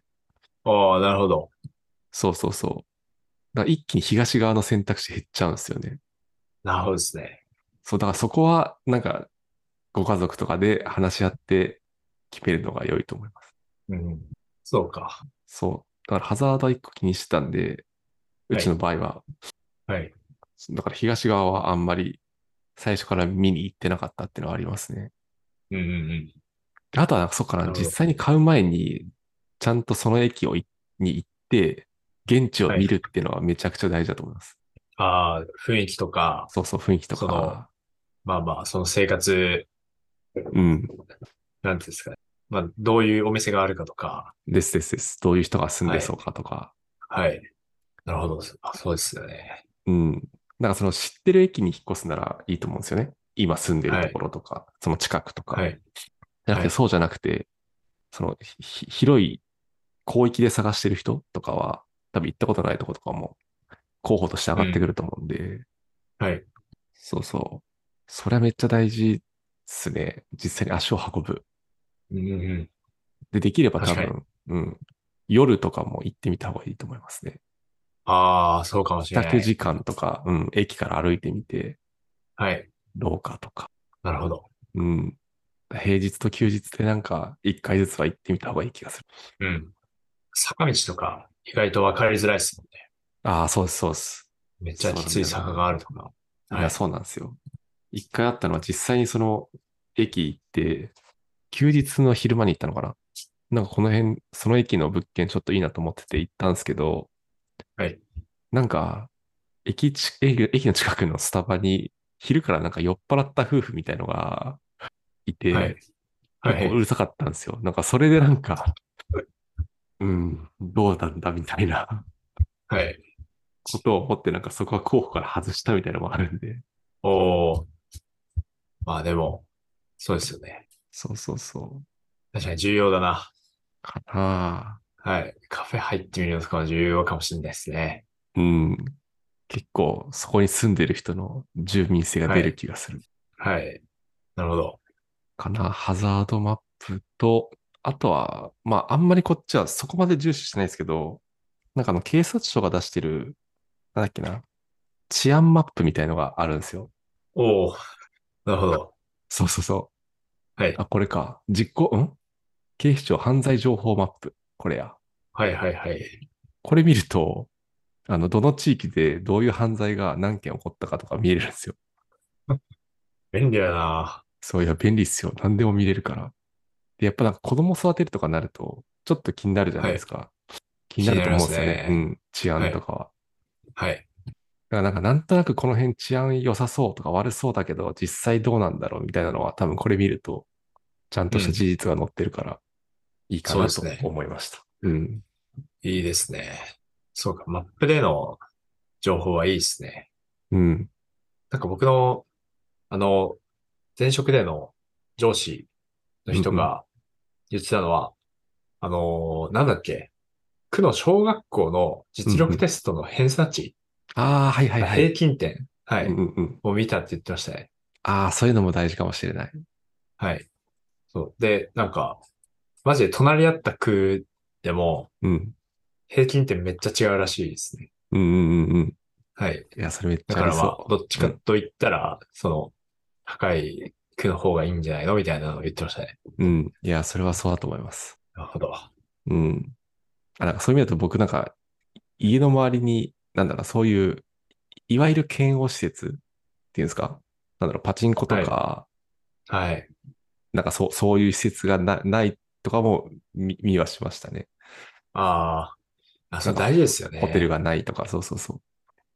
S2: ああ、なるほど。
S1: そうそうそう。だから一気に東側の選択肢減っちゃうんですよね。
S2: なるほどですね。
S1: そう、だからそこは、なんか、ご家族とかで話し合って決めるのが良いと思います。
S2: うん。そうか。
S1: そう。だからハザードは一個気にしてたんで、うちの場合は、
S2: はい。
S1: だから東側はあんまり最初から見に行ってなかったっていうのはありますね。
S2: うんうんうん。
S1: であとは、そっか
S2: な
S1: な、
S2: るほど
S1: 実際に買う前に、ちゃんとその駅をいに行って、現地を見るっていうのはめちゃくちゃ大事だと思います。
S2: ああ、雰囲気とか、
S1: そうそう、雰囲気と
S2: その
S1: か。
S2: まあまあ、その生活、
S1: うん。
S2: なんていうんですかね。まあ、どういうお店があるかとか。
S1: ですですです。どういう人が住んでそうかとか。
S2: はい。なるほど。あ、そうですよね。
S1: うん。なんかその知ってる駅に引っ越すならいいと思うんですよね。今住んでるところとか、その近くとか。
S2: はい。
S1: じゃなく
S2: は
S1: て
S2: い
S1: そうじゃなくて、そのひひ広い広域で探してる人とかは、多分行ったことないとことかも候補として上がってくると思うんで、
S2: はい。
S1: そうそう。それはめっちゃ大事っすね。実際に足を運ぶ。
S2: うんうんうん。
S1: で、できれば多
S2: 確
S1: 分、うん。夜とかも行ってみた方がいいと思いますね。
S2: ああ、そうかもし
S1: 帰
S2: れな
S1: 宅
S2: い。
S1: 時間とか、うん、駅から歩いてみて、
S2: はい。
S1: 廊下とか。
S2: なるほど。
S1: うん。平日と休日でなんか、一回ずつは行ってみた方がいい気がする。
S2: うん。坂道とか、意外と分かりづらいですもんね。
S1: ああ、そうです、そうです。
S2: めっちゃきつい坂があるとか。
S1: い
S2: は
S1: や、
S2: い。
S1: そうなんですよ。一回あったのは実際にその、駅行って、休日の昼間に行ったのかななんかこの辺、その駅の物件ちょっといいなと思ってて行ったんですけど、
S2: はい。
S1: なんか、駅ち、駅駅の近くのスタバに、昼からなんか酔っ払った夫婦みたいのがいて、
S2: はい。は
S1: 結構う
S2: い。
S1: るさかったんですよ。なんかそれでなんか、うん、どうなんだみたいな
S2: はい。
S1: ことを思って、なんかそこは候補から外したみたいなのもあるんで。
S2: おー。まあでも、そうですよね。
S1: そうそうそう。
S2: 確かに重要だな。
S1: かなあ
S2: はい。カフェ入ってみるのとかも重要かもしれないですね。
S1: うん。結構そこに住んでる人の住民性が出る気がする。
S2: はい。なるほど。
S1: かな。ハザードマップと、あとは、まああんまりこっちはそこまで重視してないですけど、なんかあの警察庁が出してる、なんだっけな、治安マップみたいのがあるんですよ。
S2: おー。なるほど。
S1: そうそうそう。
S2: はい。
S1: あ、これか。実行、ん警視庁犯罪情報マップ。これや。
S2: はいはいはい。
S1: これ見ると、あの、どの地域でどういう犯罪が何件起こったかとか見えるんですよ。
S2: 便利だな。
S1: そういや、便利っすよ。何でも見れるから。で、やっぱなんか子供育てるとかなると、ちょっと気になるじゃないですか。気になると思うんですよね。
S2: 気になりますね
S1: うん。治安とかは。
S2: はい。
S1: だからなんかなんとなくこの辺治安良さそうとか悪そうだけど、実際どうなんだろうみたいなのは多分これ見ると、ちゃんとした事実が載ってるから、いいかな
S2: そ
S1: と
S2: うですね
S1: 思いました。うん。
S2: いいですね。そうか。マップでの情報はいいですね。
S1: うん。
S2: なんか僕の、あの、前職での上司の人が言ってたのは、あのー、なんだっけ、区の小学校の実力テストの偏差値、
S1: ああ、はいはいはい。
S2: 平均点、は
S1: うん
S2: い、
S1: うんうん、
S2: を見たって言ってましたね。
S1: ああ、そういうのも大事かもしれない。
S2: はい。そう。で、なんか、マジで隣り合った区でも
S1: うん。
S2: 平均点めっちゃ違うらしいですね。
S1: うんうんうんうん。
S2: はい。
S1: いや、それめっち
S2: だ
S1: ゃ
S2: か
S1: あり
S2: ら
S1: そう。
S2: まあ、どっちかと言ったら、その、高い区の方がいいんじゃないのみたいなのを言ってましたね。
S1: うん。いや、それはそうだと思います。
S2: なるほど。
S1: うん。あ、なんかそういう意味だと僕なんか、家の周りに、なんだろう、そういう、いわゆる嫌悪施設っていうんですかなんだろう、パチンコとか、
S2: はい。
S1: なんかそう、そういう施設がなないとかも見見はしましたね。
S2: ああ。あ、それ
S1: なんか
S2: 大事ですよね。
S1: ホテルがないとか、そうそうそ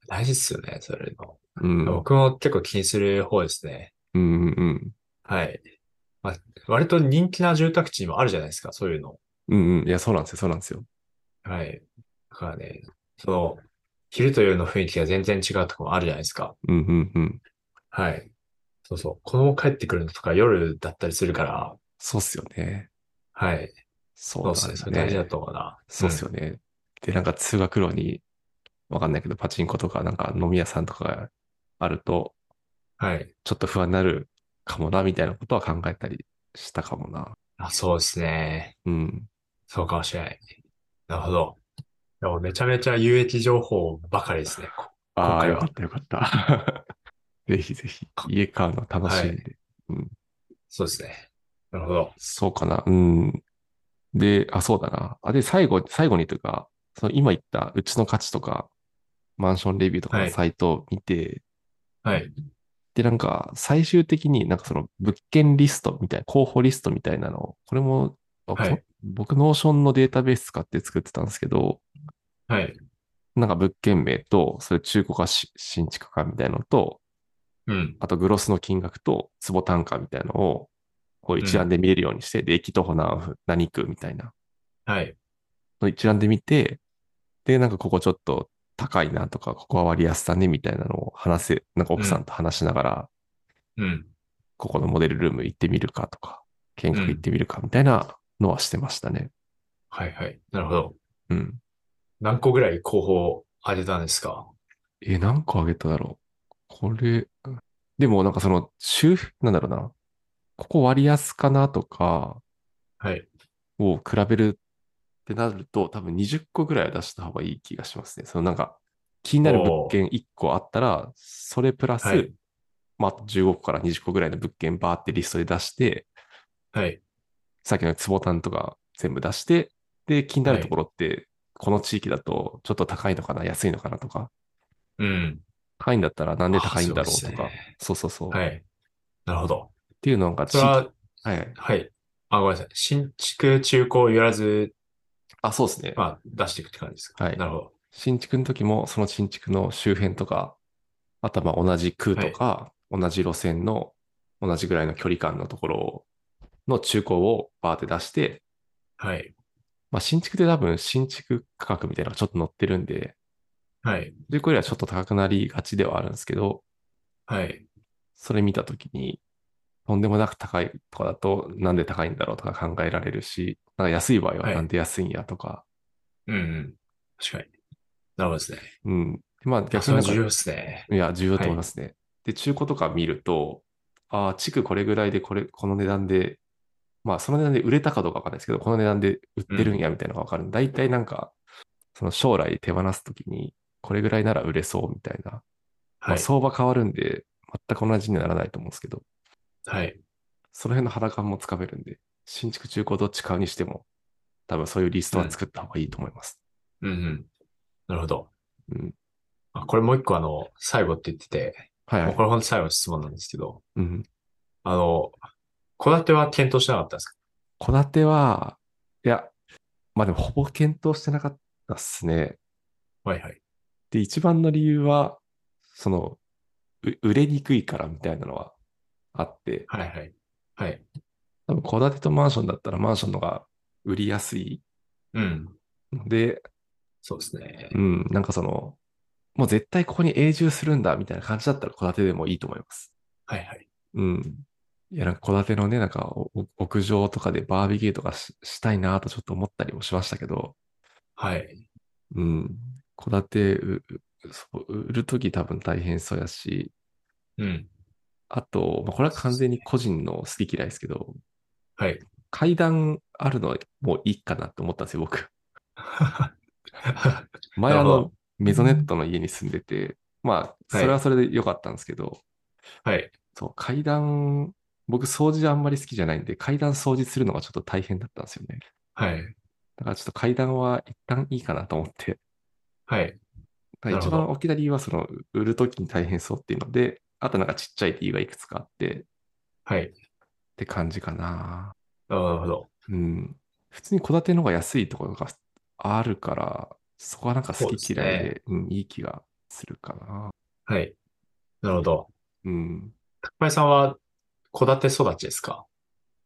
S2: 大事ですよね、それの。
S1: う。うん。うん
S2: 僕も結構気にする方ですね。
S1: うんうん。
S2: はい。まあ、割と人気な住宅地にもあるじゃないですか、そういうの。
S1: うんうん。いや、そうなんですよ、そうなんですよ。
S2: はい。だからね、その、昼と夜の雰囲気が全然違うとこもあるじゃないですか。
S1: うんうんうん。
S2: はい。そうそう。子供帰ってくるのとか夜だったりするから、
S1: そうっすよね。
S2: はい。
S1: そう
S2: そう
S1: なん
S2: ですね。
S1: です
S2: それ大事だ
S1: ね。
S2: と思うな。
S1: そうっすよね。で、なんか通学路に、わかんないけど、パチンコとか、なんか飲み屋さんとかがあると、
S2: うんはい。
S1: ちょっと不安になるかもな、みたいなことは考えたりしたかもな。
S2: あ、そうですね。
S1: うん。
S2: そうかもしれない。なるほど。でもめちゃめちゃ有益情報ばかりですね。こ
S1: あ
S2: 今
S1: あ、
S2: 回
S1: よ
S2: は
S1: かったよか <laughs> った。ぜひぜひ、家買うの楽しんで。
S2: そうですね。なるほど。
S1: そうかな。うん。で、あ、そうだな。あ、で、最後、最後にというか、その今言ったうちの価値とか、マンションレビューとか
S2: は
S1: の
S2: い
S1: サイトを見て、
S2: はい。
S1: で、なんか、最終的になんかその物件リストみたいな、候補リストみたいなのを、これも、あ
S2: はい
S1: こ僕、ノーションのデータベース使って作ってたんですけど、
S2: はい。
S1: なんか物件名と、それ中古かし新築かみたいなのと、
S2: うん。
S1: あとグロスの金額と坪単価みたいなのを、こう一覧で見れるようにして、で、駅徒歩何分、何区みたいな。
S2: はい。
S1: の一覧で見て、で、なんかここちょっと高いなとか、ここは割安だねみたいなのを話せ、なんか奥さんと話しながら、
S2: うん。
S1: ここのモデルルーム行ってみるかとか、見学行ってみるかみたいなのはしてましたね。
S2: はいはい。なるほど。
S1: うん。
S2: 何個ぐらい候補を挙げたんですか
S1: え、何個あげただろう。これ、でもなんかその、周辺なんだろうな。ここ割安かなとか
S2: はい。
S1: を比べるってなると、多分20個ぐらいは出した方がいい気がしますね。そのなんか、気になる物件1個あったら、それプラス、
S2: はい。
S1: まあ、15個から20個ぐらいの物件バーってリストで出して、
S2: はい。
S1: さっきの坪単とか全部出して、で、気になるところって、この地域だとちょっと高いのかな、安いのかなとか、
S2: うん。
S1: 高いんだったらなんで高いんだろ
S2: あ
S1: う
S2: そう
S1: と
S2: です
S1: か、
S2: ね
S1: そうそうそう。
S2: は
S1: っ
S2: い。なるほど。
S1: ていうのが地
S2: それ
S1: 域、
S2: は、
S1: はい。
S2: はい。あ、ごめんなさい。新築、中古を言わず、
S1: あ、そうですね。
S2: まあ、出していくって感じですか。
S1: はい
S2: なるほど。
S1: 新築の時も、その新築の周辺とか、あとはまあ同じ空とか、同じ路線の、同じぐらいの距離感のところをの中古をバーって出して、
S2: はい。
S1: まあ、新築で多分新築価格みたいなのがちょっと載ってるんで、
S2: はい。
S1: 中古よりはちょっと高くなりがちではあるんですけど、
S2: はい。
S1: それ見たときに、とんでもなく高いとかだと、なんで高いんだろうとか考えられるし、なんか安い場合は
S2: はい
S1: なんで安いんやとか、
S2: うん、うん。確かに。なるほどですね。
S1: うん。でまあ
S2: あ
S1: 逆
S2: それ
S1: になん
S2: は
S1: か
S2: 重要ですね。
S1: いや、重要だと思いますね。で、中古とか見ると、ああ、地区これぐらいでこれ、この値段で、まあその値段で売れたかどうかわかんないですけど、この値段で売ってるんやみたいなのがわかる。大体なんか、その将来手放すときに、これぐらいなら売れそうみたいなま
S2: は
S1: あ、
S2: い。
S1: 相場変わるんで、全く同じにならないと思うんですけど、
S2: はい。
S1: その辺の肌感もつかめるんで、新築中古どっち買うにしても、多分そういうリストは作った方がいいと思います。
S2: うん、うん。なるほど。
S1: うん。
S2: あ、これもう一個あの、最後って言ってて、
S1: はい、は
S2: もう
S1: い。
S2: これほんと最後の質問なんですけど、
S1: うん。
S2: あの、戸建ては検討しなかったんですか
S1: 戸建ては、いや、まあでもほぼ検討してなかったっすね。
S2: はいはい。
S1: で、一番の理由は、その、う売れにくいからみたいなのはあって、
S2: はいはい。はい。
S1: 多分戸建てとマンションだったらマンションの方が売りやすい
S2: うん。
S1: ので、
S2: そうですね。
S1: うん、なんかその、もう絶対ここに永住するんだみたいな感じだったら戸建てでもいいと思います。
S2: はいはい。
S1: うん。いや、なんか戸建てのね、なんかおお屋上とかでバーベキューとかししたいなとちょっと思ったりもしましたけど、
S2: はい。
S1: うん。戸建てううそう売るとき多分大変そうやし、
S2: うん。 <laughs>
S1: あと、まあこれは完全に個人の好き嫌いですけど、
S2: はい。
S1: 階段あるのもういいかなと思ったんですよ、僕。前あ
S2: なるほ
S1: の、メゾネットの家に住んでて、まあ、それはそれで良かったんですけど、
S2: はい。
S1: そう、階段、僕掃除あんまり好きじゃないんで、階段掃除するのがちょっと大変だったんですよね。
S2: はい。
S1: だからちょっと階段は一旦いいかなと思って。
S2: はい。
S1: だから
S2: なる
S1: 一
S2: ほど
S1: 番大きな理由は、その、売るときに大変そうっていうので、あとなんかちっちゃい理由がいくつかあって、っ
S2: はい。
S1: て感じかな。
S2: なるほど。
S1: うん。普通に戸建ての方が安いところがあるから、そこはなんか好き嫌い
S2: そう
S1: で、うん、いい気がするかな。
S2: はい。なるほど。
S1: うん。
S2: 高林さんは、戸建て育ちですか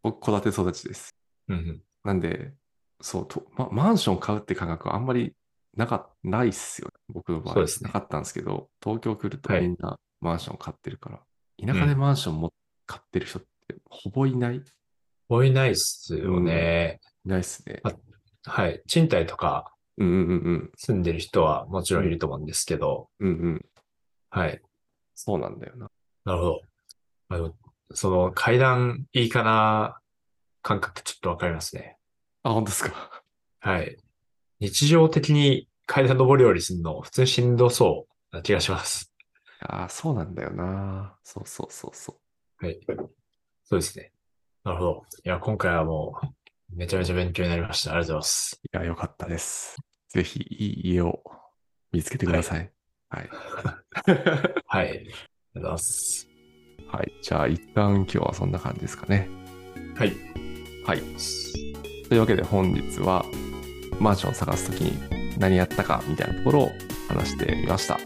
S1: 僕、戸建て育ちです。
S2: うんうん。
S1: なんで、そうと、ま、マンション買うって感覚はあんまりなかないっすよ、僕の場合。
S2: そうですね
S1: なかったんですけど、東京来ると
S2: はい
S1: みんなマンション買ってるから、田舎でマンションも買ってる人ってほぼいない、い
S2: 多いないっすよね。
S1: ないっすね。
S2: あはい。賃貸とか
S1: うんうんうん
S2: 住んでる人はもちろんいると思うんですけど、
S1: うん。うんうん。
S2: はい。
S1: そうなんだよな。
S2: なるほど。あのその階段いいかな感覚ちょっとわかりますね。
S1: あ、本当ですか。
S2: はい。日常的に階段登り降りするの普通にしんどそうな気がします。
S1: <laughs> あーそうなんだよな。そうそうそうそう。
S2: はい。そうですね。なるほど。いや、今回はもうめちゃめちゃ勉強になりました。ありがとうございます。
S1: いや、よかったです。ぜひ、いい家を見つけてください。はい。
S2: はい。ありがとうございます。
S1: はい。じゃあ、一旦今日はそんな感じですかね。
S2: はい。
S1: はい。というわけで、本日は、マンションを探すときに何やったかみたいなところを話してみました。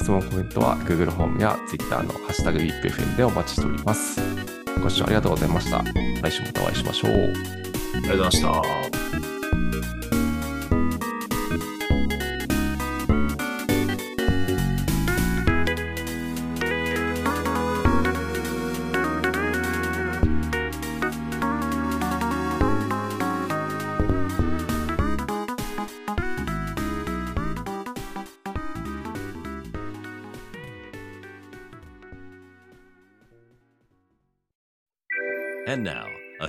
S1: 質問、コメントは Google ホームや Twitter のハッシュタグ WIPFM でお待ちしております。ご視聴ありがとうございました。来週またお会いしましょう。
S2: ありがとうございました。
S3: And now, a